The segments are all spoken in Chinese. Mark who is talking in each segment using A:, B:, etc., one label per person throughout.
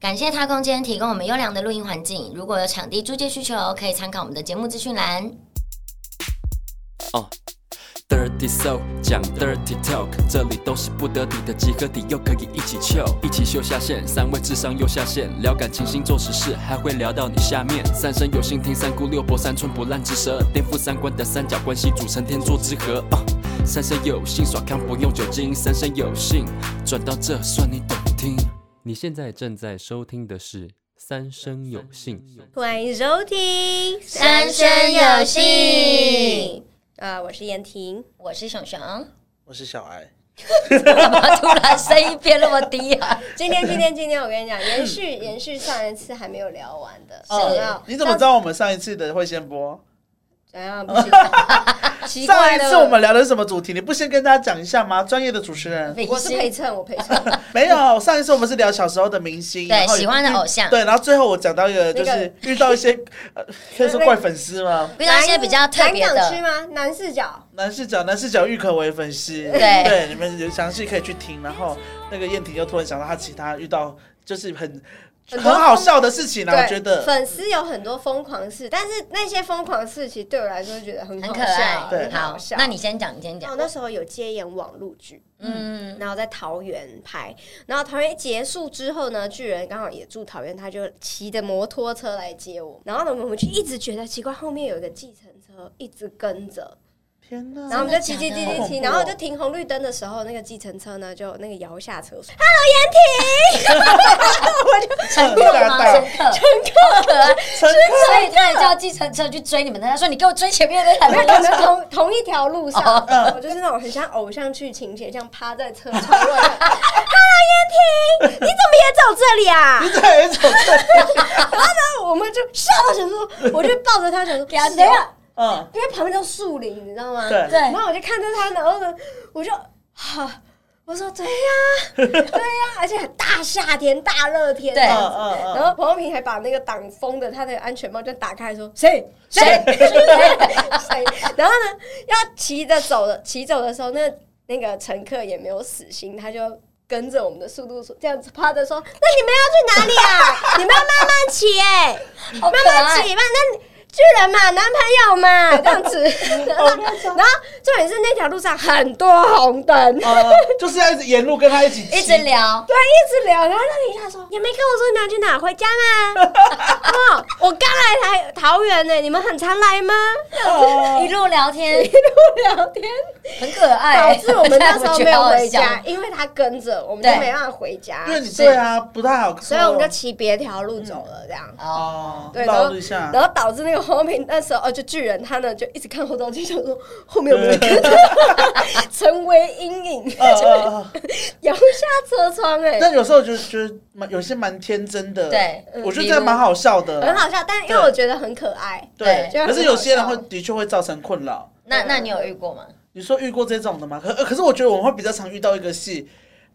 A: 感谢他空间提供我们优良的录音环境。如果有场地租借需求，可以参考我们的节目资讯栏。
B: 哦、Dirty Soul 讲 Dirty Talk，这里都是不得体的集合体，又可以一起 chill，一起秀下限，三位智商又下线，聊感情、星座、时事，还会聊到你下面。三生有幸听三姑六婆，三寸不烂之舌，颠覆三观的三角关系，组成天作之合。哦、三生有幸耍康不用酒精，三生有幸转到这算你懂听。你现在正在收听的是《三生有幸》。
C: 欢迎收听《
A: 三生有幸》。
C: 啊，我是燕婷，
A: 我是熊熊，
D: 我是小艾，
A: 干嘛突然声音变那么低 啊？
C: 今天今天今天我跟你讲，延续延续上一次还没有聊完的，
A: 哦
C: 有没有
D: 你怎么知？道我们上一次的会先播？
C: 怎样不知道？奇
D: 上
C: 怪
D: 一
C: 了，
D: 次我们聊的是什么主题？你不先跟大家讲一下吗？专业的主持人
C: 我是陪衬，我陪衬
D: 没有。上一次我们是聊小时候的明星，
A: 对
D: 然后
A: 喜欢的偶像
D: 对，然后最后我讲到一个，就是遇到一些呃可以说怪粉丝吗？
A: 遇到一些比较特别
C: 南港区
A: 的，
C: 吗？南四角
D: 男视角，男视角郁可唯粉丝，
A: 对
D: 对，你们有详细可以去听。然后那个燕婷又突然想到她其他遇到就是很
C: 很
D: 很
C: 多
D: 好笑的事情啊，
C: 对
D: 我觉得
C: 粉丝有很多疯狂事，但是那些疯狂事其实对我来说觉得很
A: 很
C: 好
A: 可
C: 笑，
A: 爱。
D: 对
C: 很
A: 好
C: 好笑。，
A: 那你先讲，你先
C: 那
A: 讲
C: 我。哦那时候有接演网络剧，
A: 嗯，
C: 然后在桃园拍，然后桃园结束之后呢，巨人刚好也住桃园，他就骑着摩托车来接我。然后呢，我们就一直觉得奇怪，后面有一个计程车一直跟着，
D: 天
A: 哦
D: 哪！
C: 然后我们就骑骑骑
D: 真的
C: 骑
D: 假
C: 骑，
D: 的
C: 然后就停红绿灯的时候，那个计程车呢就那个摇下车说，
A: 乘客 吗？
D: 大大
A: 乘客，乘客，
D: 乘客
A: 所以他也叫计程车去追你们，他说你给我追前面那
C: 没有
A: 台
C: 可能同同一条路上，
A: 哦嗯
C: 我就是那种很像偶像剧情节，这样趴在车窗外。哈，燕婷，你怎么也走这里 啊？
D: 你在一种
C: 我们就吓到想说，我就抱着他想说，
A: 给他
C: 谁啊？
D: 嗯，
C: 因为旁边都树林，你知道吗？
D: 对
A: 对
C: 然后我就看着他，然后呢，我就哈、我说对 呀、对呀、而且很大夏天、大热天。
A: 对
C: 这
D: 嗯
C: 样子
D: 嗯嗯
C: 然后彭浩平还把那个挡风的他的安全帽就打开，说谁
A: 谁
C: 谁。然后呢，要骑着走的，骑走的时候，那那个乘客也没有死心，他就。跟着我们的速度说，这样子趴着说：“那你们要去哪里啊？你们要慢慢骑哎、
A: 好可
C: 慢慢
A: 爱。
C: 骑吧，那巨人嘛，男朋友嘛，这样子。然后，然后重点是那条路上很多红灯，
D: 呃，就是要一直沿路跟他 一起骑
A: 一直聊，
C: 对，一直聊。然后那里他说：“你没跟我说你要去哪，回家吗？”哦，我刚来台桃园呢，你们很常来吗？
D: 哦
A: 一路聊天，
C: 不聊天，
A: 很可爱。
C: 导致我们那时候没有回
A: 哎 我觉得好
C: 家
A: 笑，，
C: 因为他跟着，我们就
A: 对
C: 没办法回家
D: 因，为你对啊，不太好
C: 所以我们就骑别条路走了，这样。
A: 哦，
D: 哦，
C: 对，然
D: 绕
C: 后
D: 一下，
C: 然后导致那个黄平那时候哦，就巨人他呢就一直看后照镜，想说后面有没有人跟着， 成为阴影，
D: 呃呃，呃
C: 摇下车窗哎、
D: 但有时候就觉得蛮有些蛮天真的，
A: 对
C: 嗯
D: 我觉得这样蛮好笑的，
C: 很好笑，但因为我觉得很可爱，
D: 对
C: 对。
D: 可是有些人会
C: 就很好
D: 的确会造成困扰。
A: 那那你有遇过吗？
D: 你说遇过这种的吗？可呃可是我觉得我们会比较常遇到一个戏，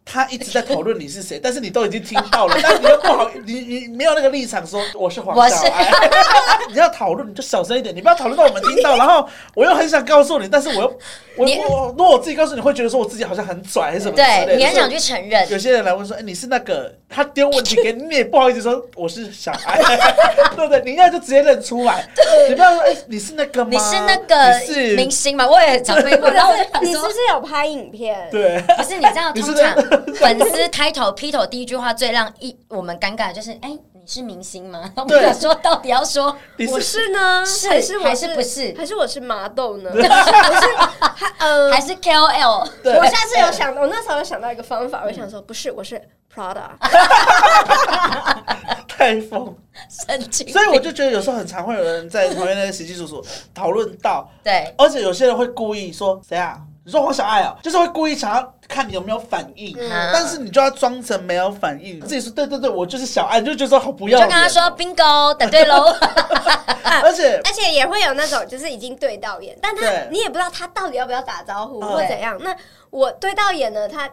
D: 他一直在讨论你是谁，但是你都已经听到了， 但你又不好，你你没有那个立场说我是黄
A: 我
D: 小
A: 是
D: 爱， 你要讨论你就小声一点，你不要讨论到我们听到，然后我又很想告诉你，但是我又我
A: 你
D: 我如果我自己告诉你，会觉得说我自己好像很拽还是什么之类的，
A: 对，你很
D: 就
A: 想
D: 是
A: 去承认，
D: 有些人来问说：“哎、你是那个？”他丢问题给你，你也不好意思说我是小 孩， 对不对？你应该就直接认出来，你不要说：“哎、你是那个吗？
A: 你是那个
D: 你是
A: 明星嘛？我也常被 问，然后我就
C: 笑
A: 想
C: 你是
A: 说
C: 不，是有拍影片？
D: 对，
A: 不是你知道，
D: 你
A: 通
D: 是
A: 常
D: 那
A: 粉丝开头劈头第一句话最让一我们尴尬的就是，哎，你是明星吗？我们
D: 对
A: 想说到底要说，
D: 你
C: 我
D: 是
C: 是呢，
A: 是
C: 还是我
A: 还是不是
C: 还是我是麻豆呢？我是还呃，
A: 还是 KOL？
D: 对
C: 我下次有想，我那时候有想到一个方法，我想说不是，我是 Prada，
D: 太疯。
A: 神经病，
D: 所以我就觉得有时候很常会有人在旁边那个习技叔叔讨论到，
A: 对
D: 而且有些人会故意说：“谁啊？”你说黄小爱啊，就是会故意想要看你有没有反应，
A: 嗯
D: 但是你就要装成没有反应，自己说对对对，我就是小爱，你就觉得说好不
A: 就
D: 要
A: 跟他
D: 脸，哦
A: 说 bingo，答对 喽。
D: 而且
C: 而且也会有那种就是已经对到眼，但他
D: 对
C: 你也不知道他到底要不要打招呼
D: 嗯
C: 或怎样。那我对到眼了，他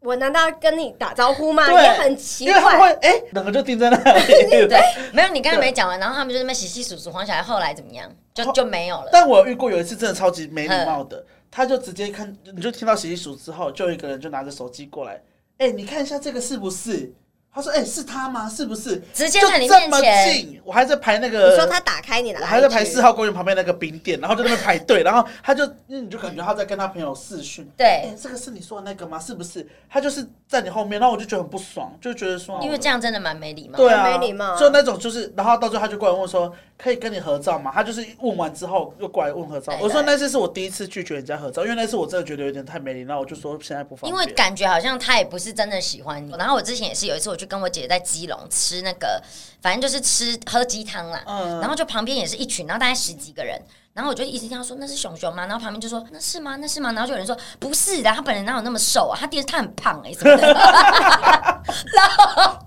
C: 我难道要跟你打招呼吗？
D: 对
C: 也很奇
D: 因为他们
C: 怪
D: 会。哎，两个就定在那 里，
A: 对，没有，你刚才没讲完，然后他们就在那边洗洗数数，黄小孩后来怎么样，就就没有了。
D: 但我有遇过有一次真的超级没礼貌
A: 嗯
D: 的，他就直接看，你就听到洗洗数之后，就有一个人就拿着手机过来，哎、你看一下这个是不是？他说：“哎、是他吗？是不是？
A: 直接
D: 就
A: 在你
D: 这么
A: 面前
D: 近，我还在排那个。
C: 你说他打开你的 IG，
D: 我还在排四号公园旁边那个冰店，然后就在那边排 队，然后他就，嗯，你就感觉他在跟他朋友视讯。哎、
A: 对，
D: 这个是你说的那个吗？是不是？他就是在你后面，然后我就觉得很不爽，就觉得说，
A: 因为这样真的蛮没礼貌。
D: 对啊，
C: 很没礼貌啊
D: 就那种就是，然后到最后他就过来问我说，可以跟你合照吗？他就是问完之后又过来问合照。
A: 对
D: 我说
A: 对
D: 那次是我第一次拒绝人家合照，因为那次我真的觉得有点太没礼貌，我就说现在不方便。
A: 因为感觉好像他也不是真的喜欢你。然后我之前也是有一次，我去跟我姐在基隆吃那个，反正就是吃喝鸡汤啦。
D: 嗯
A: 然后就旁边也是一群，然后大概十几个人。然后我就一直听他说那是熊熊吗？然后旁边就说那是吗？那是吗？然后就有人说不是的，他本人哪有那么瘦啊？他爹他很胖哎、欸、什么 的。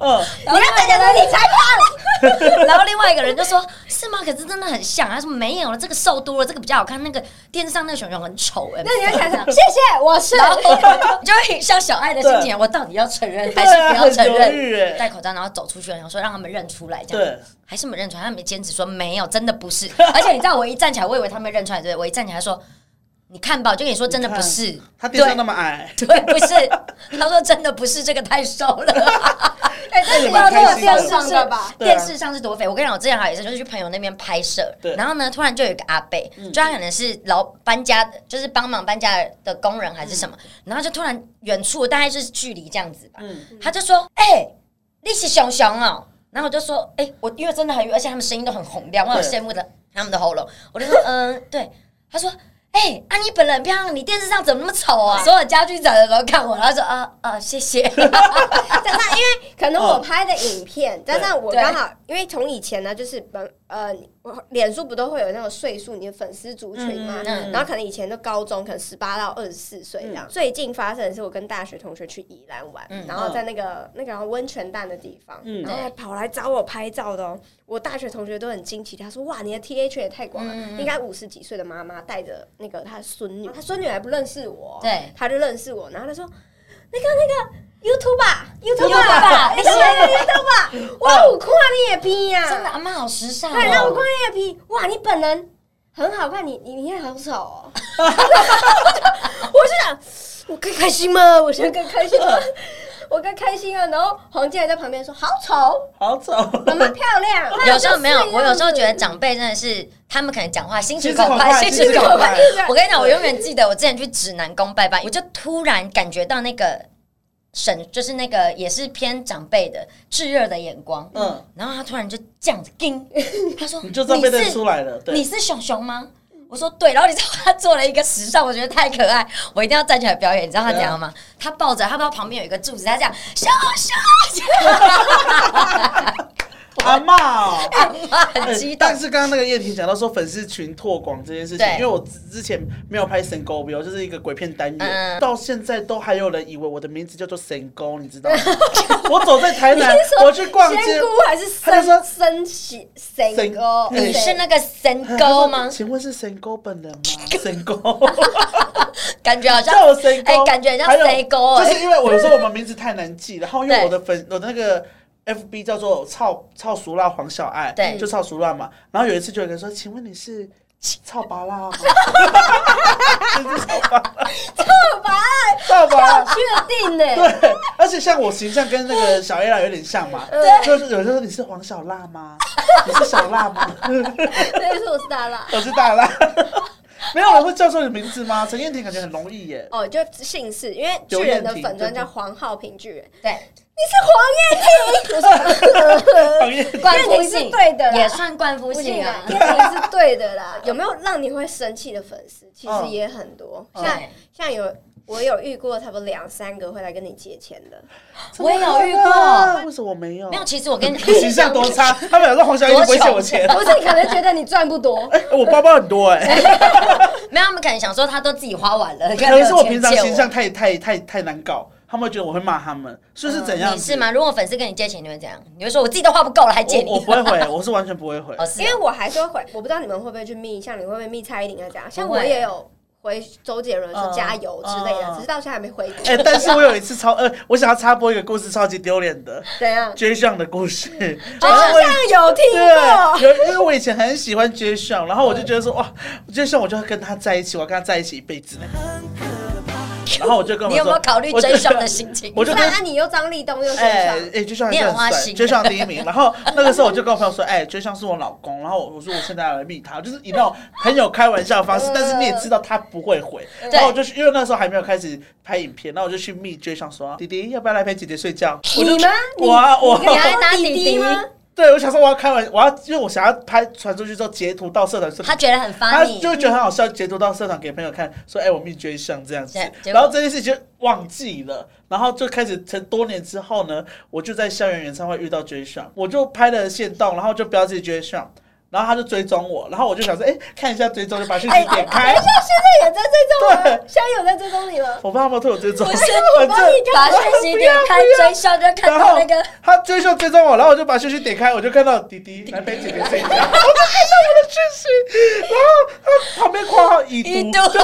D: 嗯，
A: 然后大家说你才 胖。然后另外一个人就说是吗？可是真的很像。啊他说没有了，这个瘦多了，这个比较好看。那个电视上那个熊熊很丑哎、欸。
C: 那你就想想，谢谢，我是
A: 然后我就会像小爱的心情，我到底要承认 还是不要承
D: 对啊很犹豫欸
A: 认？戴口罩，然后走出去，然后说让他们认出来，这样
D: 对，
A: 还是没认出来。他们坚持说没有，真的不是。 而且你知道，我一站起来，我以为他们认出来，对不对我一站起来说。你看吧，我就跟你说，真的不是，
D: 他地上那么矮，
A: 对，对，不是。他说真的不是，这个太瘦了。
C: 哎，这
D: 也
C: 是
D: 蛮
C: 要
D: 开
C: 做
D: 心的
C: 电商的吧？
D: 对啊
A: 电视上是多肥。我跟你讲，我之前还有一次就是去朋友那边拍摄
D: 对，嗯
A: 然后呢，突然就有一个阿伯，就他可能是老搬家，就是帮忙搬家的工人还是什么，然后就突然远处大概就是距离这样子吧，
D: 嗯，
A: 他就说：“哎、你是熊熊哦。”然后我就说：“哎、我因为真的很远，而且他们声音都很洪亮，我很
D: 对
A: 羡慕的他们的喉咙。”我就说：“嗯，对。”他说。哎、啊，你本人很漂亮，你电视上怎么那么丑
D: 嗯
A: 啊？所有家居展的都看我，然后说啊啊，谢谢。
C: 加上因为可能我拍的影片，加上我
A: 对
C: 刚好，因为从以前呢，就是本呃，我脸书不都会有那种岁数，你的粉丝族群嘛
A: 嗯，嗯嗯
C: 然后可能以前都高中，可能十八到二十四岁这样。最近发生的是我跟大学同学去宜兰玩，
A: 嗯
C: 然后在那个那个温泉蛋的地方，
D: 嗯
C: 然后还跑来找我拍照的哦。我大学同学都很惊奇，他说：“哇，你的 T H 也太广了，
A: 嗯嗯嗯
C: 应该五十几岁的妈妈带着那个她的孙女，她孙女还不认识我，
A: 对
C: 她就认识我，然后她说。”那个那个 YouTube 啊 YouTube
A: YouTube 啊
C: 啊，你喜欢那个 YouTube 啊？哇，我看你也拼呀，
A: 真的，，阿妈好时尚、哦。
C: 啊对，让我看你也拼。哇，你本人很好看，你你你也好丑哦。 我就想，我更开心吗？我现在更开心吗？我更开心啊！然后黄健还在旁边说：“好丑，
D: 好 丑，
C: 妈妈漂亮。
A: 有时候没有
C: 就是，
A: 我有时候觉得长辈真的是，他们可能讲话心直
D: 心直
A: 口
D: 口
A: 快，
D: 快
A: 心
D: 心
A: 直
D: 直
A: 口
D: 口
A: 快
D: 快。
A: 我跟你讲，我永远记得我之前去指南宫拜拜，我就突然感觉到那个神，就是那个也是偏长辈的炙热的眼光，
D: 嗯，
A: 然后他突然就这样子盯，他说：“
D: 你就知道被认出
A: 是
D: 来了，对
A: 你，是熊熊吗？”我说对，然后你知道他做了一个时尚，我觉得太可爱，我一定要站起来表演。你知道他怎样吗？
D: 啊
A: 他抱着他不知道旁边有一个柱子，他这样熊熊，
D: 阿茂。
A: 他很
D: 哎
A: 激动
D: 但。是刚刚那个叶婷讲到说粉丝群拓广这件事情
A: 对，
D: 因为我之之前没有拍神沟，比如就是一个鬼片单元，
A: 嗯
D: 到现在都还有人以为我的名字叫做神沟，你知 道吗？我走在台南，我去逛街
C: 仙姑，还是
D: 他就说哎
C: 生生起神
D: 神
C: 哥？
A: 你是那个 神
D: 哎
A: 沟吗
D: 他说？请问是神沟 本人吗？神沟
A: 感觉好像
D: 叫我神沟，
A: 哎感觉很像
D: 还有
A: 神沟哎
D: 就是因为我有时候我们名字太难记，然后因为
A: 对
D: 我的粉我的那个。F B 叫做操操熟辣黄小爱，
A: 对
D: 就操熟辣嘛。然后有一次就有人说：“请问 你是操拔辣吗？”就是操拔辣
C: 好吧，
D: 爸爸。
C: 确定呢？
D: 对，而且像我形象跟那个小 A 啦有点 像嘛，就是有时候你是黄小辣吗？你是小辣吗？
C: 对，是我是大辣。
D: 我是大辣， 没有人会叫错你名字吗？陈燕婷感觉很容易耶，
C: 哦，就姓氏，因为
D: 刘
C: 巨人
D: 彦
C: 的
D: 廷
C: 粉
D: 对
C: 砖
D: 不
C: 叫
D: 对
C: 黄浩平巨人，
A: 对，
C: 你是黄燕婷，我
A: 呃
C: 说
D: 黄燕婷
A: 冠夫
C: 你是
A: 姓
C: 对的啦
A: 也算冠夫
C: 不信
A: 姓
C: 啊
A: 啊，
C: 燕。婷是对的啦。有没有让你会生气的粉丝？其实
D: 嗯
C: 也很多，
A: 嗯
C: 像
A: 对
C: 像有我有遇过差不多两三个会来跟你借钱的，
A: 我也有遇过，
D: 啊为什么我没有？
A: 没有。其实我跟你
D: 你哎形象多 差，他们有时候黄小燕不会欠我钱。
C: 不是你可能觉得你赚不 多，
D: 哎，我包包很多 哎，
A: 没有，他们可能想说他都自己花完了，可
D: 可能是我平常形象太太太太难搞，他们会觉得我会骂他们，所以是怎
A: 嗯
D: 样？
A: 你是？吗？如果粉丝跟你借钱，你会怎样？你会说我自己都花不够了，还借
D: 我我
A: 你？
D: 不会回， 我是完全不会回。
A: 哦，是
C: 因
A: 啊
C: 为我还是会回，我不知道你们会不会去密，像你会不会密蔡依林啊这样，像
A: 不会
C: 我也有回周杰伦说
D: 嗯
C: 加油之类的，
D: 嗯
C: 只是到现在还没回。
D: 哎、但是我有一次超呃，我想要插播一个故事，超级丢脸的
C: 怎样？
D: J 上的故事。
C: 好像有听过
D: 对，，有因为我以前很喜欢 J 上，然后我就觉得说哇，J 上我就要跟他在一起，我要跟他在一起一辈子。然后我就跟我
A: 你
D: 们
A: 有没有
D: 说，
A: 考虑
D: 我就
A: 真相的心情？
D: 我就
C: 不
D: 跟
C: 然啊，你又张立东又谁
D: 哎
C: 上？
D: 哎，追上
A: 你很花心
D: 追上第一名。然后那个时候我就跟我朋友说，哎，追上是我老公。然后我说我现在要来密他，就是以那种很有开玩笑的方式
C: 嗯，
D: 但是你也知道他不会回。
A: 对
D: 然后我就去因为那时候还没有开始拍影片，然后我就去密追上说，弟弟要不要来陪姐姐睡觉？
C: 你吗？你
D: 我啊我
C: 你跟
A: 你还
C: 他
A: 拿
C: 当
A: 弟
C: 弟
A: 弟
C: 弟吗？
D: 对，我想说我要开玩，我要因为我想要拍传出去之后截图到社团说。
A: 他觉得很
D: 他
A: funny，
D: 就会觉得很好笑，截图到社团给朋友看，说：“哎、我密追上这样子。
A: 对”结果
D: 然后这件事情就忘记了，然后就开始成多年之后呢，我就在校园演唱会遇到追上，我就拍了线动，然后就标记追上，然后他就追踪我，然后我就想说：“哎、看一下追踪，就把讯息点开。
C: 现在有在追踪吗
D: 对？
C: 现在有在追踪你吗？
D: 哎我不知道他们对我追踪，
A: 不是
D: 反
C: 我帮
D: 正
C: 你看
A: 把讯息点开追上就看
D: 然
A: 到
D: 后
A: 那个
D: 他追上追踪我，然后我就把讯息点开，我就看到弟弟来陪姐姐睡觉，我就看到我的讯息，然后他旁边括号已
A: 一
D: 读
A: 度，，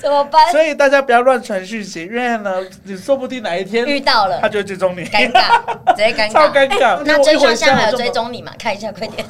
A: 怎么办？
D: 所以大家不要乱传讯息，因为呢，你说不定哪一天
A: 遇到
D: 他
A: 了，
D: 就会追踪你，
A: 尴尬，直接尴
D: 超
A: 尬。哎
D: 尴尬。
A: 那
D: 我
A: 追
D: 一
A: 上
D: 回
A: 现
D: 家
A: 在还
D: 我
A: 有
D: 就
A: 追踪你吗？看一下，快点！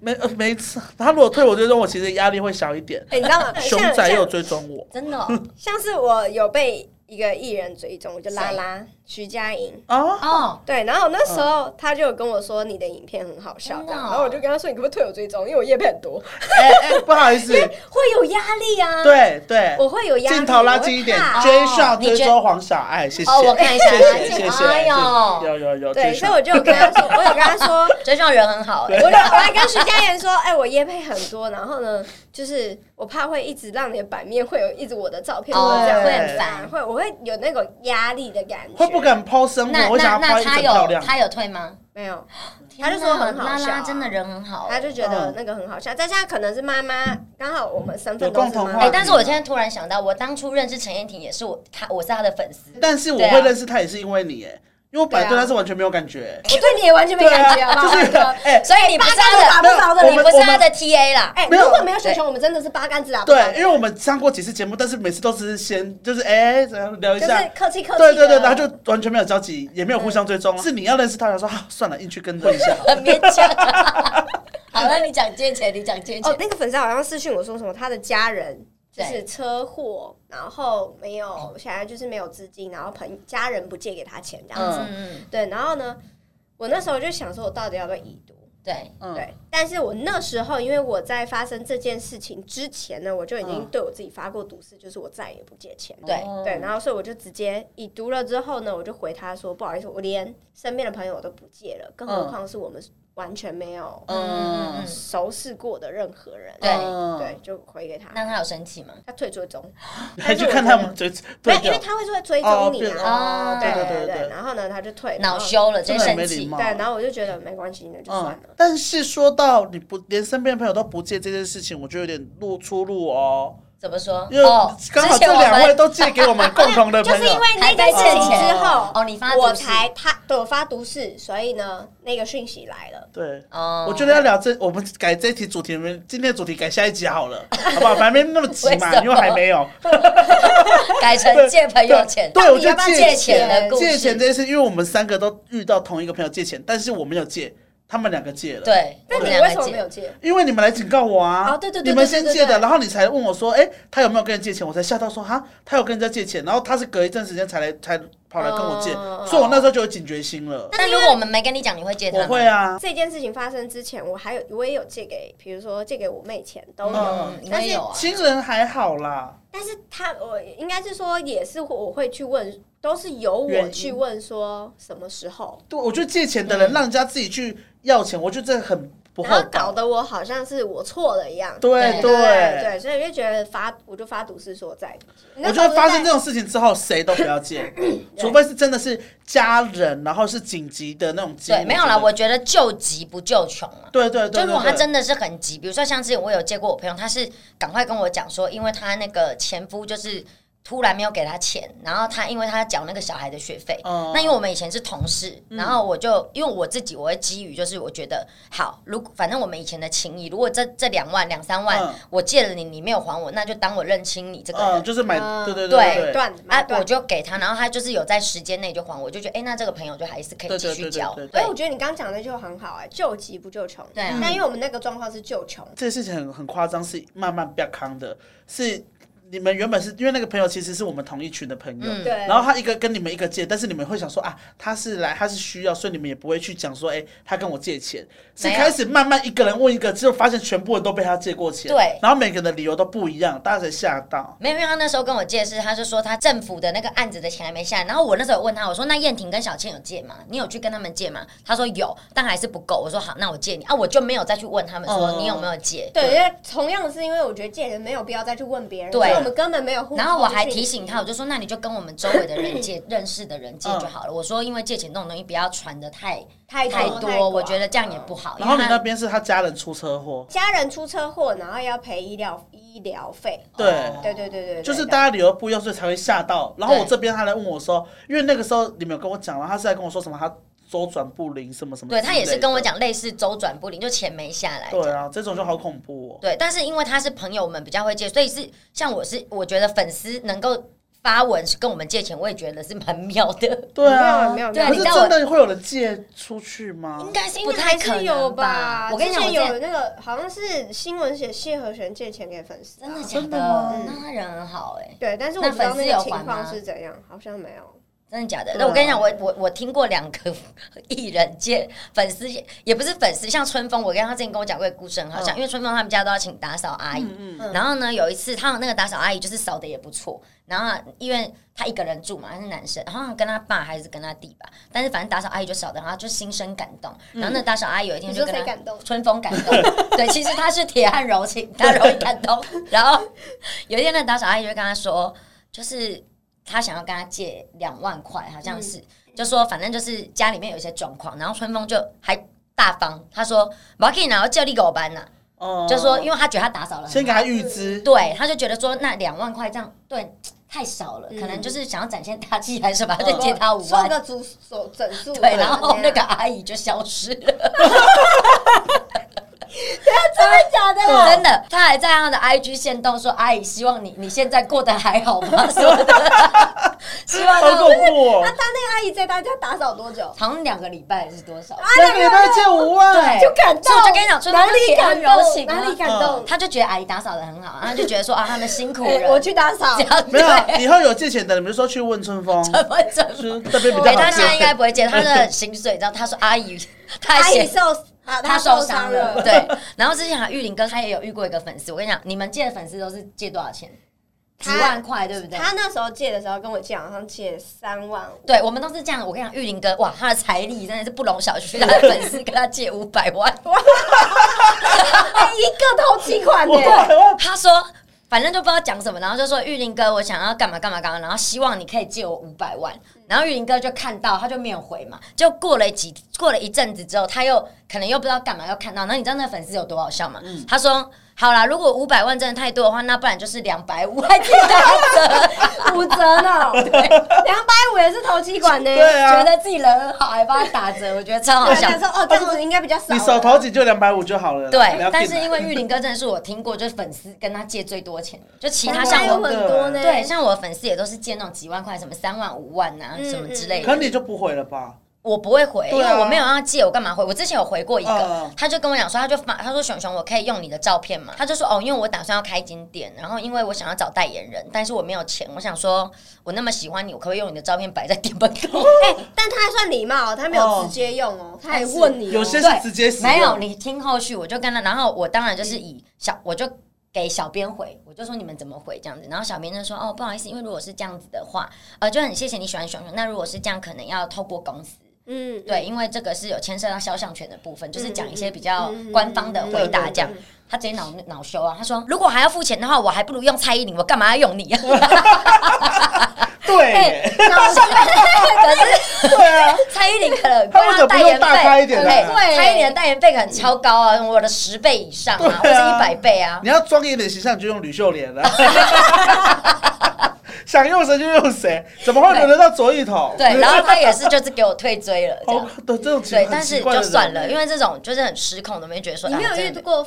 D: 没呃没次，他如果退我追踪我，其实压力会小一点。
C: 哎，你知道吗？
D: 熊
C: 像
D: 仔也有
C: 像
D: 追踪我
A: 真的哦
C: 像是我有被一个艺人追踪，我就拉拉徐佳莹。
D: 啊，
A: 哦，
C: 对，然后那时候他就有跟我说你的影片很好笑，
A: 真
C: 这
A: 的哦
C: 样然后我就跟他说你可不可以退我追踪，因为我叶片很多，
D: 哎哎，不好意思，
C: 会有压力啊。，
A: 嗯
D: 对对，
C: 我会有压力。
D: 镜头拉
C: 我会
D: 近一点
C: 怕，
D: 追上
A: 哦你觉
D: 追踪黄小爱，谢谢。
A: 哦我看一下
D: 谢
A: 拉
D: 谢
A: 近
D: 谢谢。
A: 哎呦
D: 有有有，
C: 对，
D: 追
C: 所以
D: 上
C: 我就有跟他说，我有跟他说，
A: 追上人很好欸，
C: 我就我还跟徐佳妍说，哎、我叶配很多，然后呢，就是我怕会一直让你的版面会有一直我的照片，
A: 哦
C: 或者这样
D: 会
A: 很烦
C: 会我会有那种压力的感觉，
D: 会不敢抛生
A: 那
D: 活，我
A: 那
D: 想要抛
A: 那
D: 一
A: 他
D: 整漂
A: 有
D: 亮。
A: 他有退吗？
C: 没有，他就说很好
A: 拉
C: 笑啊
A: 拉真的人很好。
C: 他就觉得
D: 嗯
C: 那个很好笑，再加上可能是妈妈，刚好我们身份
D: 有
C: 都
D: 共
C: 是
D: 同
C: 妈
D: 话
A: 哎，
D: 题
C: 妈，
A: 但是我现在突然想到，我当初认识陈燕婷也是我，她我是她的粉丝。
D: 但是我
A: 对啊
D: 会认识他也是因为你，哎，因为我本来对
C: 对啊
D: 他是完全没有感觉。
C: 我对你也完全没感觉，好不好
D: 啊就是 哎，
A: 所以你不是他
C: 八竿子
A: 的，
C: 打不着的
A: 你
C: 人
A: 你不是他的 TA 啦。
C: 哎、
D: 没有
C: 如果没有雪球，我们真的是八竿子打不着
D: 对，因为我们上过几次节目，但是每次都只是先就是哎，怎样聊一
C: 就
D: 下
C: 是。客气客气的，嗯
D: 对对对，然后就完全没有交集，也没有互相追踪。是你要认识他，他说啊算了，硬去跟混 一下。
A: 很勉强。好了，你讲借钱，你讲借
C: 哦
A: 钱，。
C: 那个粉丝好像私讯我说什么，他的家人就是
A: 对
C: 车祸，然后没有，现在就是没有资金，然后朋家人不借给他钱这样子。
A: 嗯嗯，
C: 对，然后呢，我那时候就想说，我到底要不要已读？
A: 对，
D: 嗯，
C: 对，但是我那时候因为我在发生这件事情之前呢，我就已经
D: 嗯
C: 对我自己发过毒誓，就是我再也不借钱。
A: 对
D: 哦
C: 对，然后所以我就直接已读了之后呢，我就回他说不好意思，我连身边的朋友我都不借了，更何
D: 嗯
C: 况是我们完全没有
A: 嗯嗯嗯
C: 熟识过的任何人。
A: 对
D: 嗯
C: 对，就回给他，
A: 那他有生气吗？
C: 他退追踪，
D: 还去看他们追
C: 没
D: 对
C: 有，因为
D: 掉。
C: 他会说追
D: 哦
C: 踪你
D: 变
C: 啊，
D: 哦
A: 啊
C: 对
D: 对
C: 对
D: 对对。
C: 然后呢，他就退，然后
A: 恼羞了，直
D: 真
A: 接
D: 的
A: 生
D: 很没礼
A: 气。
D: 貌
C: 对，然后我就觉得没关系，那就算
D: 嗯
C: 了，。
D: 但是说到你不连身边的朋友都不借这件事情，我觉得有点路出路哦，
A: 怎么说？
D: 因为
A: 哦，
D: 刚好
A: 之前
D: 这
A: 我
D: 两位
A: 们
D: 都借给我们共同的
C: 就
D: 朋
C: 是因
D: 友
C: 为。那件事情之后，
A: 哦，你发毒誓
C: 我才他对我发毒誓，所以呢，那个讯息来了。
D: 对，
A: 哦，
D: 我觉得要聊这，我们改这一题主题，我们今天的主题改下一集好了，好不好？反正没那 么急
A: 为
D: 嘛
A: 什，么
D: 因为还没有。
A: 改成借朋友钱，
D: 对，
A: 到
D: 我
A: 底
D: 就
A: 要不要
D: 借
A: 借钱的故事？
D: 借钱这件事，因为我们三个都遇到同一个朋友借钱，但是我没有借，他们两个借了。。
A: 对，
C: 那
A: 我
C: 你
A: 们两个
C: 为什么
A: 借
C: 没有借？
D: 因为你们来警告我啊！
C: 哦对对对
D: 你们先借
C: 对对对
D: 的，然后你才问我说，哎，他有没有跟人借钱？我才吓到说，哈，他有跟人家借钱，然后他是隔一段时间才来，才跑来跟我借，
C: 哦
D: 所以我那时候就有警觉心了。
A: 那如果我们没跟你讲，你会借他
D: 我
A: 吗？
D: 会啊，
C: 这件事情发生之前，我还有我也有借给，比如说借给我妹钱都有，
A: 嗯，
D: 嗯
A: 你
C: 但
A: 会
C: 是
A: 有啊？
D: 亲人还好啦，
C: 但是他我应该是说也是我会去问，都是由
D: 原
C: 我
D: 因
C: 去问说什么时候，
D: 对，我觉得借钱的人让人家自己去要钱，我觉得这很不
C: 然
D: 厚
C: 后搞
D: 道。
C: 得我好像是我错了一样。
D: 对
A: 对
C: 对
D: 对，
C: 对，所以就觉得发我就发毒誓说我再也不借。
D: 我觉得发生这种事情之后，谁都不要借，除非是真的是家人，然后是紧急的那种金额。
A: 对，没有啦，我觉得救急不救穷嘛。
D: 对对
A: 就
D: 对对，
A: 如果他
D: 对
A: 真的是很急，比如说像之前我有接过我朋友，他是赶快跟我讲说，因为他那个前夫就是突然没有给他钱，然后他因为他要缴那个小孩的学费，
D: 嗯
A: 那因为我们以前是同事，然后我就因为我自己，我会基于就是我觉得好，如果反正我们以前的情谊，如果这这两万两三万、
D: 嗯
A: 我借了你，你没有还我，那就当我认清你这个人。
D: 嗯，就是买，
C: 嗯
D: 对对
A: 对
D: 对哎
C: 断
A: 啊
C: 买，
A: 我
C: 断。
A: 就给他，然后他就是有在时间内就还我，就觉得哎、那这个朋友就还是可以
D: 对
A: 继
D: 对
A: 续
D: 对对
A: 交。
D: 对
C: 所哎以我觉得你刚刚讲的就很好哎，救急不救穷。
A: 对
D: 嗯
A: 啊
C: 但因为我们那个状况是救穷，
D: 这事情很很夸张，是慢慢变康的，是你们原本是因为那个朋友其实是我们同一群的朋友，
A: 嗯
C: 对。
D: 然后他一个跟你们一个借，但是你们会想说啊，他是来他是需要，所以你们也不会去讲说，哎、他跟我借钱，是
A: 没有
D: 开始慢慢一个人问一个，之后发现全部人都被他借过钱，
A: 对
D: 然后每个人的理由都不一样，大家才吓到。
A: 没有，因为他那时候跟我借是，他就说他政府的那个案子的钱还没下来。然后我那时候有问他，我说那燕婷跟小倩有借吗？你有去跟他们借吗？他说有，但还是不够。我说好，那我借你啊，我就没有再去问他们说
D: 哦
A: 你有没有借。
C: 对，因为同样是因为我觉得借人没有必要再去问别人，
A: 对
C: 所以我们根本没有互。
A: 然后我还提醒他，我就说那你就跟我们周围的人借、认识的人借就好了。我说因为借钱这种东西不要传的太
C: 太
A: 太
C: 多，
A: 多，我觉
C: 得
A: 得这样也不好。
D: 然后
A: 因
D: 你
A: 为
D: 那
A: 他
D: 边是他家人出车祸，
C: 家人出车祸，然后要赔医疗医疗费，嗯
D: 对。
A: 哦
C: 对对对对对，
D: 就是
C: 对
D: 大家理由不一样，所以才会吓到。然后我
A: 对
D: 这边他来问我说，因为那个时候你们有跟我讲了，他是在跟我说什么，他周转不灵什么什么。
A: 对他也是跟我。讲类似周转不灵，就钱没下来。
D: 对啊，这种就好恐怖哦。
A: 对，但是因为他是朋友，我们比较会借，所以是像我是，我觉得粉丝能够发文是跟我们借钱，我也觉得是蛮妙的。
D: 对啊，
C: 没有没
A: 有
D: 可
A: 没有
D: 是真的会有人借出去吗？
A: 应该是
C: 应
A: 不
C: 该
A: 太
C: 还
A: 可
C: 是
A: 能
C: 有
A: 吧？我跟你讲，
C: 之
A: 我
C: 前
A: 之前
C: 有那个好像是新闻写谢和弦借钱给粉丝啊，嗯
A: 真的假
D: 真的吗
A: 那他人很好哎、
C: 对，但是我
A: 那
C: 不知道
A: 粉丝
C: 那个
A: 有
C: 情
A: 还
C: 况
A: 吗
C: 是怎样，好像没有。
A: 真的假的？
D: 对啊
A: 那我跟你讲，我我我听过两个艺人借粉丝借，也不是粉丝，像春风，我跟他之前跟我讲过一个故事，很好笑，
D: 嗯
A: 因为春风他们家都要请打扫阿姨，
D: 嗯
C: 嗯
A: 然后呢，有一次他们那个打扫阿姨就是扫的也不错，然后因为他一个人住嘛，他是男生，然后跟他爸还是跟他弟吧，但是反正打扫阿姨就扫的，然后就心生感动。然后那打扫阿姨有一天
C: 嗯你
A: 就
C: 说
A: 跟
C: 谁
A: 他
C: 感动？
A: 春风感动， 对，其实他是铁汉柔情，他容易感动。然后有一天那打扫阿姨就跟他说，就是他想要跟他借两万块，好像是，就说反正就是家里面有一些状况，然后春风就还大方，他说我给你拿，我叫你狗班呐，
D: 哦
A: 就说因为他觉得他打扫了，
D: 先给他预支，
A: 对，他就觉得说那两万块这样对太少了，
C: 嗯哦
A: 可能就是想要展现大气还是吧，再借他五
C: 送
A: 万。
C: 个主手整数，
A: 对，然后那
C: 怎
A: 个
C: 样
A: 阿姨就消失了， 啊
C: 真的假的啦？
A: 真的，他还在他的 IG 线动说：“阿姨，希望你你现在过得还好吗？” 什么的，希望
D: 好
A: 他
D: 恐怖哦
C: 那！他那个阿姨在他家打扫多久？
A: 好像两个礼拜还是多少，
D: 那个礼拜借五万，
A: 对
C: 啊就感
A: 所
C: 动，
A: 以我就跟你讲春
C: 哪
A: 风
C: 里
A: 铁汉
C: 感
A: 柔
C: 动，
A: 情啊
C: 哪里感动？
A: 他就觉得阿姨打扫的很好，然后就觉得说啊，他们辛苦
C: 哎
A: 了，
C: 我去打 扫
A: 这，样
D: 没
C: 啊
D: 有，啊
A: 对
D: 以后有借钱的，你们就说去问春风，
A: 怎么怎么
D: 就是这边比较
A: 对，他
D: 好
A: 现在应
D: 借。
A: 该不会接他的薪水，你知道？他说阿姨，他
C: 阿
A: 还
C: 姨
A: 嫌
C: 受
A: 他
C: 啊，她
A: 受伤
C: 伤
A: 了，对。 然后之前还啊玉林哥他也有遇过一个粉丝，我跟你讲，你们借的粉丝都是借多少钱？几
C: 他
A: 万块，对不对？
C: 他那时候借的时候跟我借，好像借三万 五，
A: 对，我们都是这样。我跟你讲，玉林哥，哇，他的财力真的是不容小觑，他的粉丝跟他借五百万，
C: 哎，一个头期款呢
D: 五，百万，
A: 他说。反正就不知道讲什么，然后就说玉林哥，我想要干嘛干嘛干嘛，然后希望你可以借我五百万。然后玉林哥就看到，他就没有回嘛。就过了几过了一阵子之后，他又可能又不知道干嘛，又看到。然后你知道那粉丝有多好笑吗？
D: 嗯
A: 他说：“好啦，如果五百万真的太多的话，那不然就是两百五，还替他折，
C: 五折 呢，两百五也是头期款呢。
D: 对啊
A: 觉得自己人很好，还帮他打折，我觉得超好
C: 我
A: 笑
C: 想。说哦，这样子应该比较少了。
D: 你手头紧就两百五就好了啦。不
A: 对
D: 啊要，
A: 但
D: 进
A: 是
D: 来
A: 因为玉林哥真的是我听过，就是粉丝跟他借最多钱的，就其
C: 其
A: 他
C: 他
A: 像
C: 像
A: 我
C: 我很多呢，
A: 对，，像我的粉丝也都是借那种几万块，什么三万、五万啊，
C: 嗯
A: 什么之类
D: 可
A: 的。
D: 你就不回了吧？
A: 我不会回，因
D: 对
A: 为
D: 啊
A: 我没有让他借，我干嘛回？我之前有回过一个
D: 嗯，
A: 他就跟我讲说，他就发，他说熊熊，我可以用你的照片嘛？他就说哦，因为我打算要开金店，然后因为我想要找代言人，但是我没有钱，我想说我那么喜欢你，我可不可以用你的照片摆在店门口？
C: 哎，但他还算礼貌，哦他没有直接用哦，他还问你哦，
D: 有些是
A: 对
D: 直接使用
A: 没有，你听后续，我就跟他，然后我当然就是以小，我就给小编回，我就说你们怎么回这样子，然后小编就说哦，不好意思，因为如果是这样子的话，呃，就很谢谢你喜欢熊熊，那如果是这样，可能要透过公司，
C: 嗯，嗯，
A: 对，因为这个是有牵涉到肖像权的部
D: 嗯
A: 分，就是讲一些比较
C: 嗯嗯嗯
A: 官方的回答这样
C: 嗯嗯嗯。
A: 他直接恼恼羞啊！他说：“如果还要付钱的话，我还不如用蔡依林，我干嘛要用啊你？”
D: 对耶，
A: 可是
D: 对啊，
A: 蔡依林可能
D: 他为什么不
A: 代
D: 用
A: 言费，
D: 大咖一点呢
A: 对蔡依林的代言费可能超高啊，我的十倍以上啊，或
D: 对
A: 是
D: 啊
A: 一百倍啊。
D: 你要装一点形象，你就用吕秀莲啊。 想用谁就用谁，怎么会轮得到左一头？
A: 对，然后他也是就是给我退追了，这
D: 好
A: 样。
D: 对这种情
A: 对，
D: 很
A: 但
D: 奇
A: 是
D: 怪
A: 就
D: 的
A: 算
D: 人欸
A: 了，因为这种就是很失控的，没觉得说。
C: 你没有
A: 啊
C: 遇
A: 真的
C: 过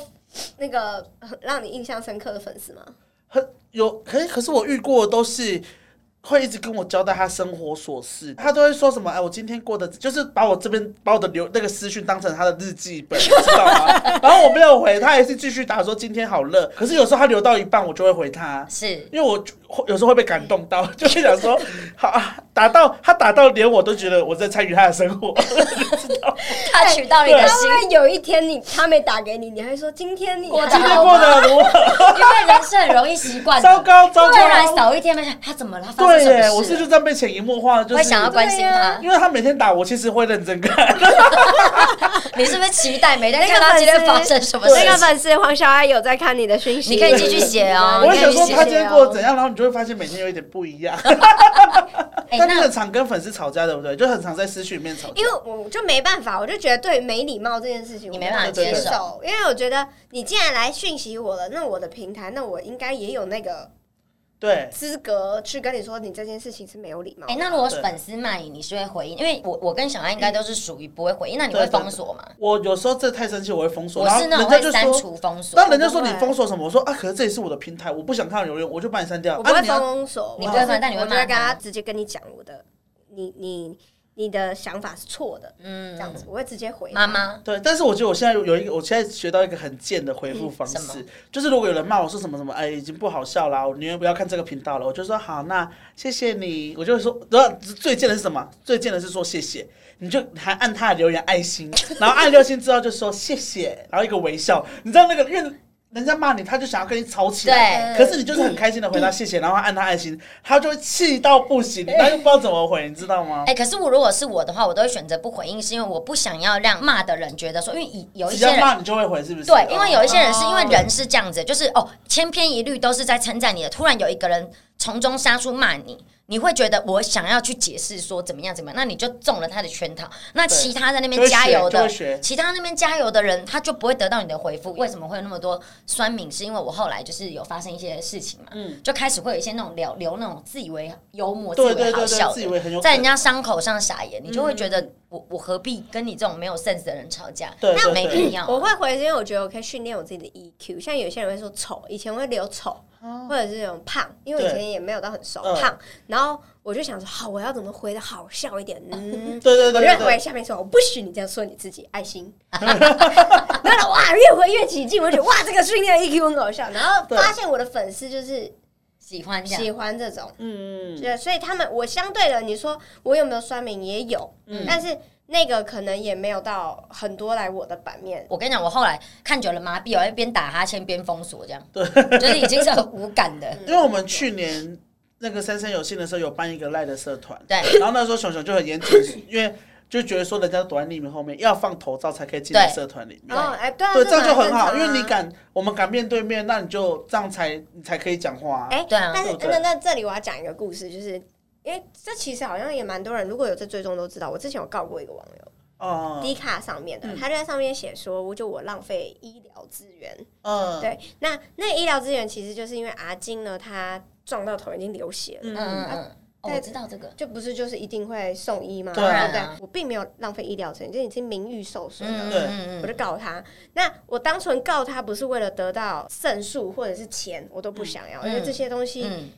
C: 那个很让你印象深刻的粉丝吗？
D: 很有可可是我遇过的都是。会一直跟我交代他生活琐事，他都会说什么？哎，我今天过得就是把我这边把我的留那个私讯当成他的日记本，你知道吗？ 然后我没有回，他还是继续打说今天好热。可是有时候他留到一半，我就会回他，
A: 是
D: 因为我有时候会被感动到， 就会想说，好啊打到他打到连我都觉得我在参与他的生活，
A: 他取到你
D: 对
A: 的
C: 他
A: 心，
C: 会不会有一天你他没打给你，你还说今天你
A: 我
C: 还
A: 今
D: 今
A: 天
D: 天
C: 好
D: 过
C: 吗
D: 得如
A: 因
D: 何？
A: 为人是很容易习惯的。
D: 糟糕糟
A: 突然
D: 糕！
A: 少一天，没想他怎么了？发生
D: 对
A: 什么
D: 耶
A: 事，
D: 我是就这样被潜移默化，就是
A: 会想要关心他。
D: 因为他每天打我，其实会认真看。
A: 你是不是期待 每天
C: 那个
A: 看到今
C: 粉
A: 天
C: 丝
A: 发生什么事
C: 那个
A: 情？
C: 粉丝黄小爱有在看你的讯息，
A: 你可以继续写哦
D: 我
A: 你
D: 会
A: 可
D: 想
A: 以
D: 说
A: 继续
D: 他今天过得怎样，然后你就会发现每天有一点不一样。
A: 哎，
D: 但你
A: 那
D: 很常跟粉丝吵架，对不对？就很常在私讯里面吵架
C: 因。为我就没办法，我就觉得对于没礼貌这件事情，
A: 你没办法
D: 接受
C: 受，因为我觉得你既然来讯息我了，那我的平台，那我应该也有那个
D: 对，
C: 资格去跟你说，你这件事情是没有礼貌的。
A: 哎，那如果
D: 对嗯
A: 粉丝骂你，你是会回应？因为我我跟小爱应该都是属于不会回应，那你
D: 对
A: 会
D: 对
A: 封锁吗？
D: 我有时候真的太生气，我会封锁。
A: 我
D: 然后
A: 是那
D: 人
A: 种
D: 家就
A: 会删
D: 说，
A: 除封锁
D: 当。人家说你封锁什么，我说啊，可是这也是我的平台，我不想看到留言，我就把你删掉。
C: 我不
D: 啊
C: 会
D: 你要
C: 封锁，
A: 你
C: 我
A: 不会
C: 就是
A: 封但你会
C: 我就会
A: 骂
C: 跟
A: 他
C: 他直接跟你讲我的，你你你的想法是错的，这
A: 嗯，
C: 样子，我会直接回
A: 妈
C: 他。
A: 妈，
D: 对，但是我觉得我现在有有一个，我现在学到一个很贱的回复方
A: 嗯什
D: 式
A: 么，
D: 就是如果有人骂我说什么什么，哎，已经不好笑啦，我宁愿不要看这个频道了，我就说好，那谢谢你，我就会说，然后最贱的是什么？最贱的是说谢谢，你就还按他的留言爱心，然后按六星之后就说谢谢，然后一个微笑，你知道那个因为人家骂你，他就想要跟你吵起来。
A: 对，
D: 可是你就是很开心的回答谢谢，然后按他爱心，他就会气到不行，他又不知道怎么回，你知道吗？
A: 哎、可是我如果是我的话，我都会选择不回应，是因为我不想要让骂的人觉得说，因为以有一
D: 只
A: 些
D: 要
A: 人。
D: 骂你就会回，是不是？
A: 对，因为有一些人是
C: 哦
A: 因为人是这样子，就是哦，千篇一律都是在称赞你的。突然有一个人从中杀出骂你，你会觉得我想要去解释说怎么样怎么样，那你就中了他的圈套。那
D: 对
A: 其他在那
D: 就
A: 边
D: 会
A: 加
D: 学
A: 油
D: 就会
A: 的，
D: 学。
A: 其他那边加油的人，他就不会得到你的回复。为什么会有那么多酸民？是因为我后来就是有发生一些事情嘛，
D: 嗯
A: 就开始会有一些那种聊留那种自以为幽默、自以
D: 对对
A: 为好
D: 对
A: 笑
D: 对，
A: 的
D: 自以为很有嗯
A: 在人
D: 梗
A: 家伤口上撒盐，你就会觉得我我何必跟你这种没有 sense 的人吵架？
D: 对对
A: 没
D: 对
A: 必要
C: 我
A: 啊。
C: 会回，是因为我觉得我可以训练我自己的 EQ。像有些人会说丑，以前我会留丑，或者是那种胖，因为我以
D: 哦对
C: 前也没有到很瘦
D: 嗯
C: 胖。然后我就想说，好，我要怎么回的好笑一点？嗯，
D: 对 对
C: 我
D: 对
C: 就
D: 对
C: 会回
D: 对，
C: 下面说，我不许你这样说你自己，爱 心。 然后哇，越回越起劲，我就觉得哇，这个训练 EQ 很搞笑。然后
D: 对
C: 发现我的粉丝就是
A: 喜欢这
C: 喜
A: 样，
C: 欢这种，
D: 嗯，
C: 对，所以他们我相对的，你说我有没有酸民也有，
D: 嗯
C: 但是那个可能也没有到很多来我的版面。
A: 我跟你讲，我后来看久了麻痹，我会边打哈欠边封锁，这样，对，就是已经是很无感
C: 嗯
A: 的。
D: 因为我们去年那个三生有幸的时候有办一个赖的社团，
A: 对，
D: 然后那时候熊熊就很严谨，因为就觉得说人家躲在匿名后面要放头照才可以进到
A: 对
D: 社团里面
C: 然。后哎，对啊，
D: 对，这样就
C: 本来
D: 很
C: 正
D: 好，
C: 常
D: 因为你
C: 啊。
D: 敢，我们敢面对面，那你就这样才你才可以讲话啊。
C: 哎，
A: 对啊
C: 但是
D: 对不
C: 那
D: 对
C: 那这里我要讲一个故事，就是因为这其实好像也蛮多人，如果有在追踪都知道，我之前有告过一个网友，
D: 哦，
C: d 卡上面的，他就在上面写说，我就我浪费医疗资源。
D: 嗯，
C: 对，那那医疗资源其实就是因为阿金呢，他撞到头已经流血了。
A: 嗯
D: 嗯
A: 嗯嗯，哦
C: 对
A: 我知道这个，
C: 就不是就是一定会送医吗？
D: 对
A: 啊
C: 不对？我并没有浪费医疗资源，这已经名誉受损了。
A: 嗯
D: 对
A: 嗯
C: 我就
A: 嗯，
C: 告他。那我单纯告他，不是为了得到胜诉或者是钱，我都不想要，
A: 嗯
C: 因为这些东西
A: 嗯，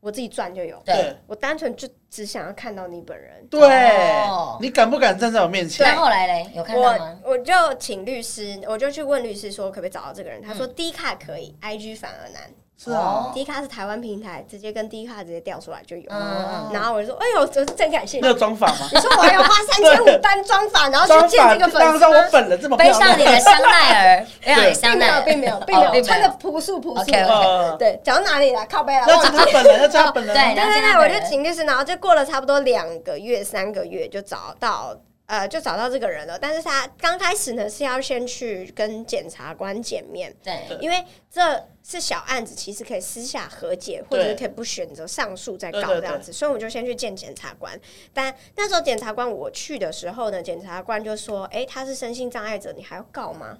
C: 我自己赚就有。
A: 对
D: 对
C: 我单纯就只想要看到你本人。
D: 对
A: 哦，
D: 你敢不敢站在我面
A: 那
D: 前？
A: 后来嘞，有看到
C: 我
A: 吗？
C: 我就请律师，我就去问律师说可不可以找到这个人，他说 D 卡可以，IG 反而难。
D: 是啊
A: 嗯哦，
C: D 卡是台湾平台，直接跟 D 卡直接调出来就有。
A: 嗯
C: 然后我就说，哎呦，我真感谢你
D: 那有妆法吗？
C: 你说我还要花三千五单妆法，然后
D: 妆
C: 去见
D: 法
C: 这个粉
D: 让
C: 丝
D: 让我
C: 吗？
D: 本人这么
A: 背
D: 漂
A: 上你
D: 亮。
A: 的香奈儿，背上你的香
C: 并没
A: 奈
C: 有，
A: 儿，
C: 并没有，并没
A: 哦
C: 有，穿的朴素朴素。
A: OK，OK
D: 呃
C: 对，讲到哪里了？靠背了。
D: 要
C: 忘
D: 叫
C: 记
D: 他本人，要叫他本人。
A: 对
C: 对对
A: 了解
C: 对，
A: 了
C: 我
A: 解
C: 就请律师，然后就过了差不多两个月、三个月，就找到呃，就找到这个人了。但是他刚开始呢是要先去跟检察官见面，
A: 对，
C: 因为这是小案子，其实可以私下和解，或
D: 对
C: 者是可以不选择上诉再告
D: 对对
C: 这样子。所以我们就先去见检察官。但那时候检察官我去的时候呢，检察官就说：“哎、他是身心障碍者，你还要告吗？”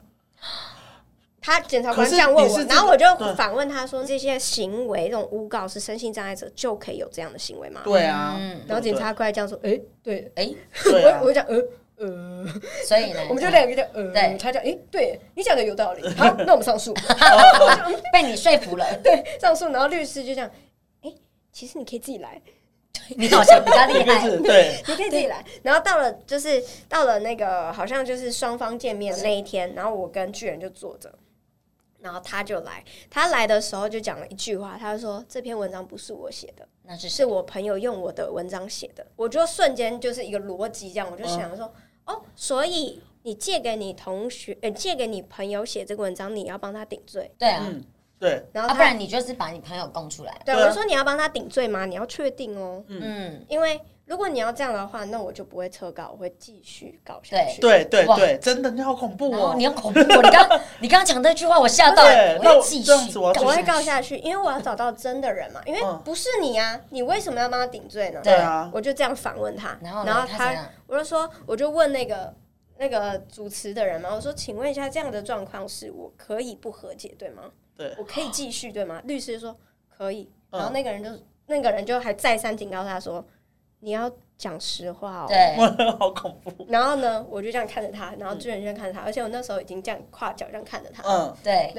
C: 他检察官
D: 可是
C: 这样问
D: 你
C: 我
D: 是，这个嗯
C: 然后我就
D: 对
C: 反问他说：“这些行为，这种诬告是身心障碍者就可以有这样的行为吗？”
D: 对啊，
A: 嗯
C: 然后检察官还这样说：“哎、对。
A: 哎，
D: 对啊
C: 我我讲呃呃，
A: 所以呢，
C: 我们就两个讲呃，
A: 对
C: 他讲哎、对你讲的有道理，好，那我们上诉。
A: 被你说服了，
C: 上诉，然后律师就这样，哎、其实你可以自己来，
A: 你好像比较 厉
D: 应该
A: 害，
D: 是对，
C: 你可以自己来。然后到了就是到了那个好像就是双方见面那一天，然后我跟巨人就坐着。然后他就来，他来的时候就讲了一句话，他就说这篇文章不是我写的，
A: 那是
C: 是我朋友用我的文章写的。我就瞬间就是一个逻辑，这样我就想说，哦，所以你借给你同学，呃，借给你朋友写这个文章，你要帮他顶罪。
A: 对啊，
D: 嗯，对，
C: 然后
A: 啊，
C: 他，
A: 不然你就是把你朋友供出来，
C: 对
D: 对啊
C: 我就说你要帮他顶罪吗？你要确定哦。
A: 嗯，
C: 因为如果你要这样的话，那我就不会撤稿，我会继续搞下去。
D: 对对
A: 哇
D: 对，真的，你好恐怖
A: 然后
D: 哦
A: 你！要恐怖，你刚 你刚讲那句话我吓到
D: 对
A: 了，
D: 那
A: 要
D: 我
A: 继续
D: 这样子我要继续
C: 我会
A: 告
C: 告
A: 下去，
C: 下去，因为我要找到真的人嘛。因为
D: 嗯
C: 不是你啊，你为什么要帮他顶罪呢？
A: 对
D: 啊，
C: 我就这样反问他，
A: 然后呢
C: 然后
A: 他怎样
C: 我就说，我就问那个那个主持的人嘛，我说，请问一下，这样的状况是我可以不和解对吗？
D: 对
C: 我可以继续对吗？律师说可以，
D: 嗯
C: 然后那个人就、那个人就还再三警告他说，你要讲实话哦。
A: 对，
D: 好恐怖，
C: 然后呢，我就这样看着
A: 嗯
C: 他，然后巨人就这样看着他，而且我那时候已经这样跨脚这样看着他，
D: 嗯，
A: 对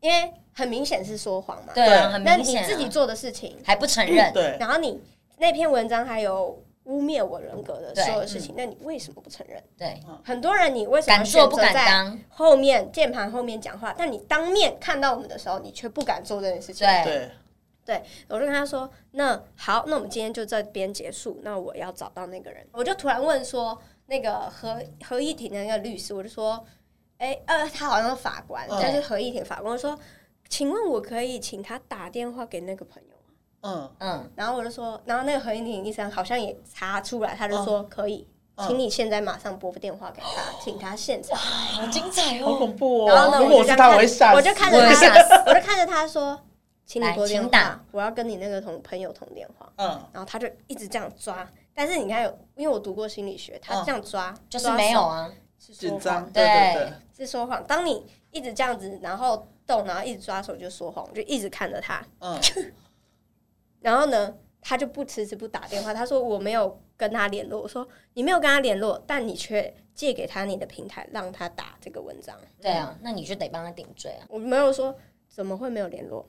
C: 因为很明显是说谎嘛。
A: 对啊，很
C: 那
A: 明
C: 你
A: 显啊，
C: 自己嗯做的事情，
A: 还不承认，
D: 对，
C: 然后你那篇文章还有污蔑我人格的
A: 对嗯
C: 所有事情，那你为什么不承认？
A: 对，
C: 很多人你为什么
A: 敢做不敢
C: 选择在
A: 当，
C: 后面键盘后面讲话，但你当面看到我们的时候，你却不敢做这件事情。
A: 对，
D: 对，
C: 我就跟他说：“那好，那我们今天就这边结束。那我要找到那个人。”我就突然问说：“那个何何一婷的那个律师，我就说，哎、呃，他好像是法官，
D: 嗯
C: 但是何一婷法官我说，请问我可以请他打电话给那个朋友吗
D: 嗯，
A: 嗯，？”
C: 然后我就说，然后那个何一婷医生好像也查出来，他就
A: 嗯
C: 说、可以，请你现在马上拨电话给他，请他 现场。
A: 好精彩
D: 好恐怖啊
C: 然后
D: 哦！
C: 呢，
D: 如果
C: 我
D: 我
C: 就是这样
D: 他，
C: 看
D: 我会吓死，
C: 我
A: 我会
C: 就看着他
A: 吓死，
C: 我就看着他说，请你
A: 来
C: 拨电
A: 请打
C: 话，我要跟你那个同朋友通电话。
D: 嗯，
C: 然后他就一直这样抓。但是你看有，因为我读过心理学，他
D: 嗯
C: 这样抓、
A: 哦就是
C: 抓
A: 没有
C: 手
A: 啊，
C: 是说
D: 紧
C: 谎
D: 张，
A: 对
D: 对对
C: 是说谎。当你一直这样子，然后动，然后一直抓手就说谎，我就一直看着他。
D: 嗯，
C: 然后呢，他就不迟迟不打电话，他说我没有跟他联络。我说你没有跟他联络，但你却借给他你的平台让他打这个文章。
A: 对啊，那你就得帮他顶罪 啊，
C: 我没有说怎么会没有联络，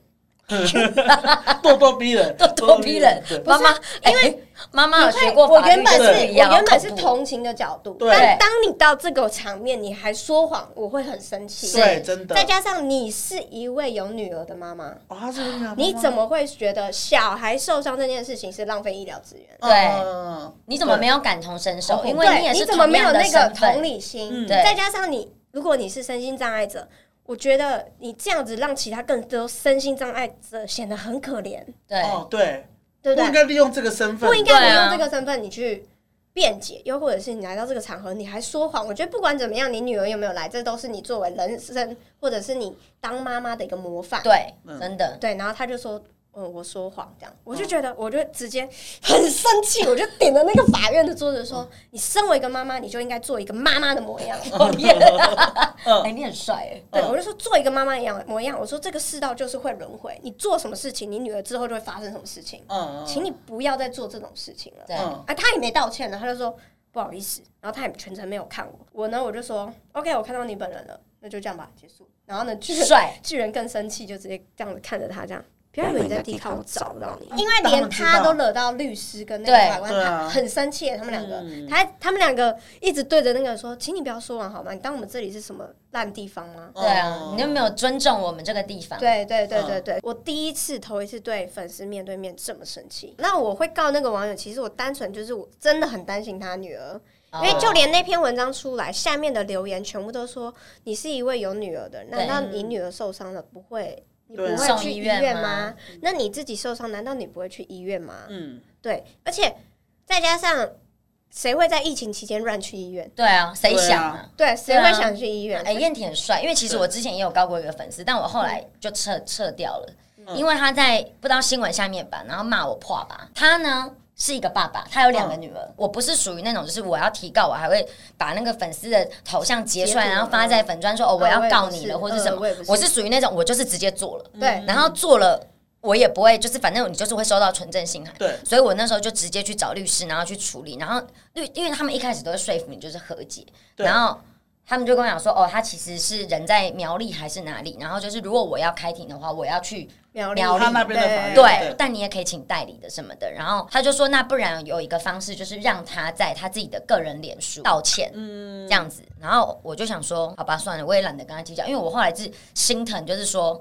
D: 咄咄逼人，
A: 咄咄逼人
D: 对，
A: 妈妈，因为妈妈有学过
C: 我
A: 法
C: 原
A: 律
C: 本
A: 跟
C: 是
A: 这
D: 对
A: 个
C: 我
A: 一样，
C: 原本是
A: 好恐怖
C: 同情的角度，
D: 对
C: 但当你到这个场面，你还说谎，我会很生气。
D: 对，真的
C: 再，加上你是一位有女儿的妈妈，
A: 啊
D: 哦，他是不是没有妈妈
C: 你怎么会觉得小孩受伤这件事情是浪费医疗资源？
D: 嗯
A: 对
D: 嗯
A: 你怎么没有感同身受？哦
D: 对
A: 因
C: 哦对
A: 为你也是
C: 你怎么没有
A: 同样的
C: 那个
A: 身份
C: 同理心？
D: 嗯
A: 对
C: 再加上你，如果你是身心障碍者，我觉得你这样子让其他更多身心障碍者显得很可怜，
A: 对
D: 哦，对，
C: 对
D: 不
C: 不
D: 应
C: 对？
D: 该利用这个身份，
C: 不应该
A: 对
C: 你
A: 啊
C: 用这个身份你去辩解，又或者是你来到这个场合你还说谎。我觉得不管怎么样，你女儿有没有来，这都是你作为人生或者是你当妈妈的一个模范。
A: 对，
D: 嗯
A: 真的
C: 对，然后他就说，嗯，我说谎这样，我就觉得，我就直接很生气，我就顶着那个法院的桌子说，你身为一个妈妈，你就应该做一个妈妈的模样。
A: 讨厌。
D: 嗯嗯
A: 哎，你很帅哎，
C: 对，
D: 嗯
C: 我就说做一个妈妈一样的模样。我说这个世道就是会轮回，你做什么事情，你女儿之后就会发生什么事情，
D: 嗯，嗯
C: 请你不要再做这种事情了。
A: 对，
D: 嗯
C: 啊，他也没道歉呢，他就说不好意思，然后他也全程没有看我。我呢，我就说 OK，我看到你本人了，那就这样吧，结束。然后呢，巨人
A: 帅，
C: 巨人更生气，就直接这样子看着他，这样不要以为你在地靠我找不到你，因为
D: 他
C: 连
D: 们知
C: 他
D: 道
C: 都惹到律师跟那
A: 对
C: 个法官，
D: 对
C: 他
D: 啊
C: 很生气。他们两个
D: 嗯，
C: 他他们两个一直对着那个人说：“请你不要说完好吗？你当我们这里是什么烂地方吗？”
A: 对啊，你又
C: 哦
A: 没有尊重我们这个地方。
C: 对对对
D: 嗯
C: 对对，我第一次头一次对粉丝面对面这么生气。那我会告那个网友，其实我单纯就是我真的很担心他女儿，因
A: 哦
C: 为就连那篇文章出来，下面的留言全部都说你是一位有女儿的人，难道你女儿受伤了不会？你不
D: 对啊
C: 会
A: 送
C: 去
A: 医
C: 医
A: 院
C: 院
A: 吗
C: 吗？那你自己受伤，难道你不会去医院吗？
D: 嗯，
C: 对，而且再加上谁会在疫情期间乱去医院？
A: 对啊，谁想啊？
C: 对，谁会想去医院？
A: 哎，燕挺很帅，因为其实我之前也有高过一个粉丝，但我后来就撤撤掉了，
C: 嗯
A: 因为他在不知道新闻下面吧，然后骂我破吧。他呢是一个爸爸，他有两个女儿。
C: 嗯
A: 我不是属于那种就是我要提告，我还会把那个粉丝的头像截出来，
C: 截图嗯
A: 然后发在粉砖说哦我要告你了
C: 我
A: 或
C: 也
A: 者什么
C: 不是呃我也不。是
A: 我是属于那种我就是直接做了，
C: 对，
A: 然后做了。我也不会，就是反正你就是会收到纯正信函，
D: 对
A: 所以我那时候就直接去找律师，然后去处理，然后律，因为他们一开始都会说服你就是和解，
D: 对
A: 然后他们就跟我讲说，哦，他其实是人在苗栗还是哪里，然后就是如果我要开庭的话，我要去
C: 苗
A: 哎苗栗
D: 他那边的法院
A: 对，
D: 对
A: 但你也可以请代理的什么的。然后他就说，那不然有一个方式，就是让他在他自己的个人脸书道歉，
C: 嗯
A: 这样子。然后我就想说，好吧，算了，我也懒得跟他计较，因为我后来是心疼，就是说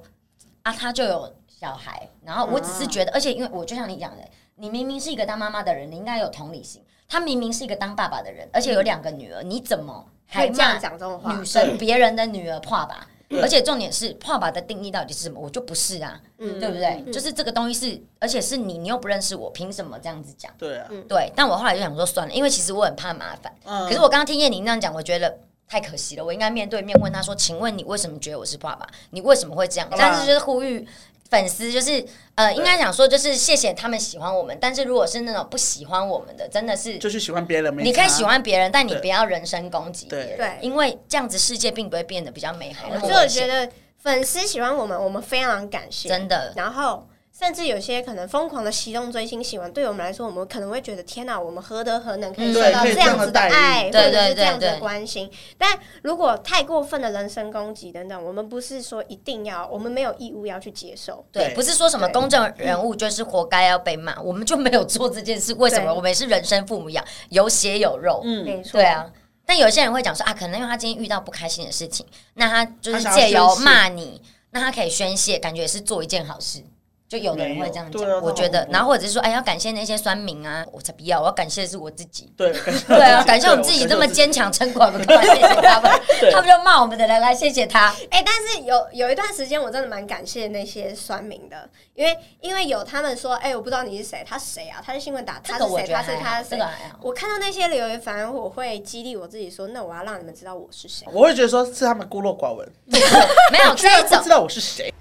A: 啊，他就有小孩，然后我只是觉得，而且因为我就像你讲的，你明明是一个当妈妈的人，你应该有同理心。他明明是一个当爸爸的人，而且有两个女儿，你怎么
C: 可
A: 还
C: 以这样
A: 骂
C: 讲这种话
A: 女，生别人的女儿跨吧？而且重点是跨吧的定义到底是什么？我就不是啊。
D: 嗯
A: 对不对？就是这个东西是，而且是你，你又不认识我，凭什么这样子讲？
D: 对啊，
A: 对，但我后来就想说算了，因为其实我很怕麻烦。
D: 嗯
A: 可是我刚刚听叶宁那样讲，我觉得太可惜了，我应该面对面问他说：“请问你为什么觉得我是爸爸？你为什么会这样？”
D: 好吧
A: 但是就是呼吁粉丝，就是呃，应该讲说就是谢谢他们喜欢我们，但是如果是那种不喜欢我们的，真的是
D: 就是喜欢别人，没
A: 你可以
D: 差
A: 喜欢别人，但你
D: 对
A: 不要人身攻击别
D: 对
A: 人
C: 对，
A: 因为这样子世界并不会变得比较美好。
C: 所以我觉
A: 得
C: 得粉丝喜欢我们，我们非常感谢。
A: 真的
C: 然后甚至有些可能疯狂的喜动追星喜欢，对我们来说，我们可能会觉得天哪，我们何德何能可以
A: 嗯
C: 受
A: 对
C: 到
A: 可以
C: 这样子的爱，
A: 这样的待
C: 或
A: 遇
C: 者
A: 对对
C: 是这样子
A: 对
C: 的
A: 对
C: 关心。但如果太过分的人身攻击等等，我们不是说一定要，我们没有义务要去接受。
A: 对，
D: 对
A: 不是说什么
C: 对
A: 公众人物就是活该要被骂，我们就没有做这件事，为什么？
C: 对
A: 我们也是人生父母养，有血有肉，
D: 嗯，
C: 没错，
A: 对，啊。但有些人会讲说啊，可能因为他今天遇到不开心的事情，那他就是
D: 他想要
A: 借由
D: 宣泄
A: 骂你，那他可以宣泄，感觉也是做一件好事。就有的人会这样
D: 没有
A: 讲，
D: 对啊
A: 我觉
D: 这好
A: 得
D: 恐，怖
A: 然后或者是说，哎，要感谢那些酸民啊，我才不要，我要感谢的是我自己。
D: 对，感谢
A: 对啊，感谢我们自己这么，坚强撑过来，我们干嘛谢谢他们？他们就骂我们的人来谢谢他，
C: 哎、但是有有一段时间我真的蛮感谢那些酸民的，因为因为有他们说，哎、我不知道你是谁，他是谁啊？他是新闻打
A: 这
C: 他
A: 个
C: 是
A: 我
C: 谁？
A: 觉得
C: 他是
A: 还好
C: 他是
A: 这
C: 谁
A: 个？还好。
C: 我看到那些留言，反而我会激励我自己说，那我要让你们知道我是谁。
D: 我会觉得说是他们孤陋寡闻，
A: 没有
D: 居然
A: 这
D: 不
A: 种
D: 知道我是谁，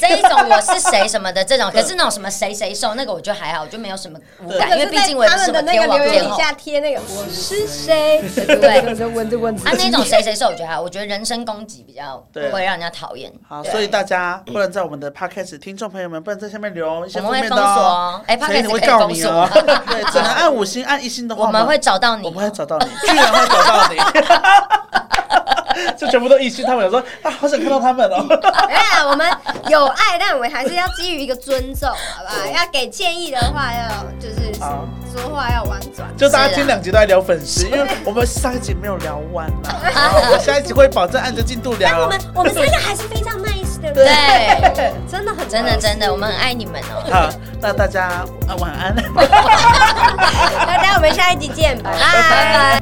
A: 这一种我是谁什么的这种，可是那种什么谁谁瘦那个我就还好，我就没有什么无感，因为毕竟我也不
C: 他
A: 是什
C: 们
A: 么
C: 的那
A: 天
C: 个
A: 王
C: 留
A: 天
C: 言
A: 后
C: 底下贴那个我是谁，
A: 对
C: 就问这问
A: 啊，那种谁谁瘦我觉得还好，我觉得人身攻击比较不
D: 对
A: 会让人家讨厌，
D: 好，
C: 对
D: 所以大家不能在我们的 podcast 听众朋友们不能在下面留一些
A: 我
D: 负
A: 们会
D: 面的
A: 封锁
D: 哦，
A: 哦，哎 p o
D: 所以
A: d
D: 你
A: c
D: 会
A: 可以
D: 告
A: 封
D: 你
A: 锁
D: 哦，， 对，只能按五星按一星的话，
A: 我们会找到你
D: 我，们会找到你，居然会找到你， 就全部都一星，他们有说啊，好想看到他们 哦，
C: 哎呀，我们有爱，但我们还是要基于一个尊重，好不好？要给建议的话，要就是
D: 好
C: 说话要婉转。
D: 就大
A: 是
D: 家
A: 啊
D: 听两集都在聊粉丝，因为我们上一集没有聊完啦，然后我下一集会保证按着进度
C: 哎但我
D: 聊
C: 们。我们三个还是非常 nice，对不对？
A: 对，
C: 真的很
A: 真的真的，我们很爱你们哦。
D: 好，那大家啊晚安。
C: 大家我们下一集见，拜拜
A: 拜拜。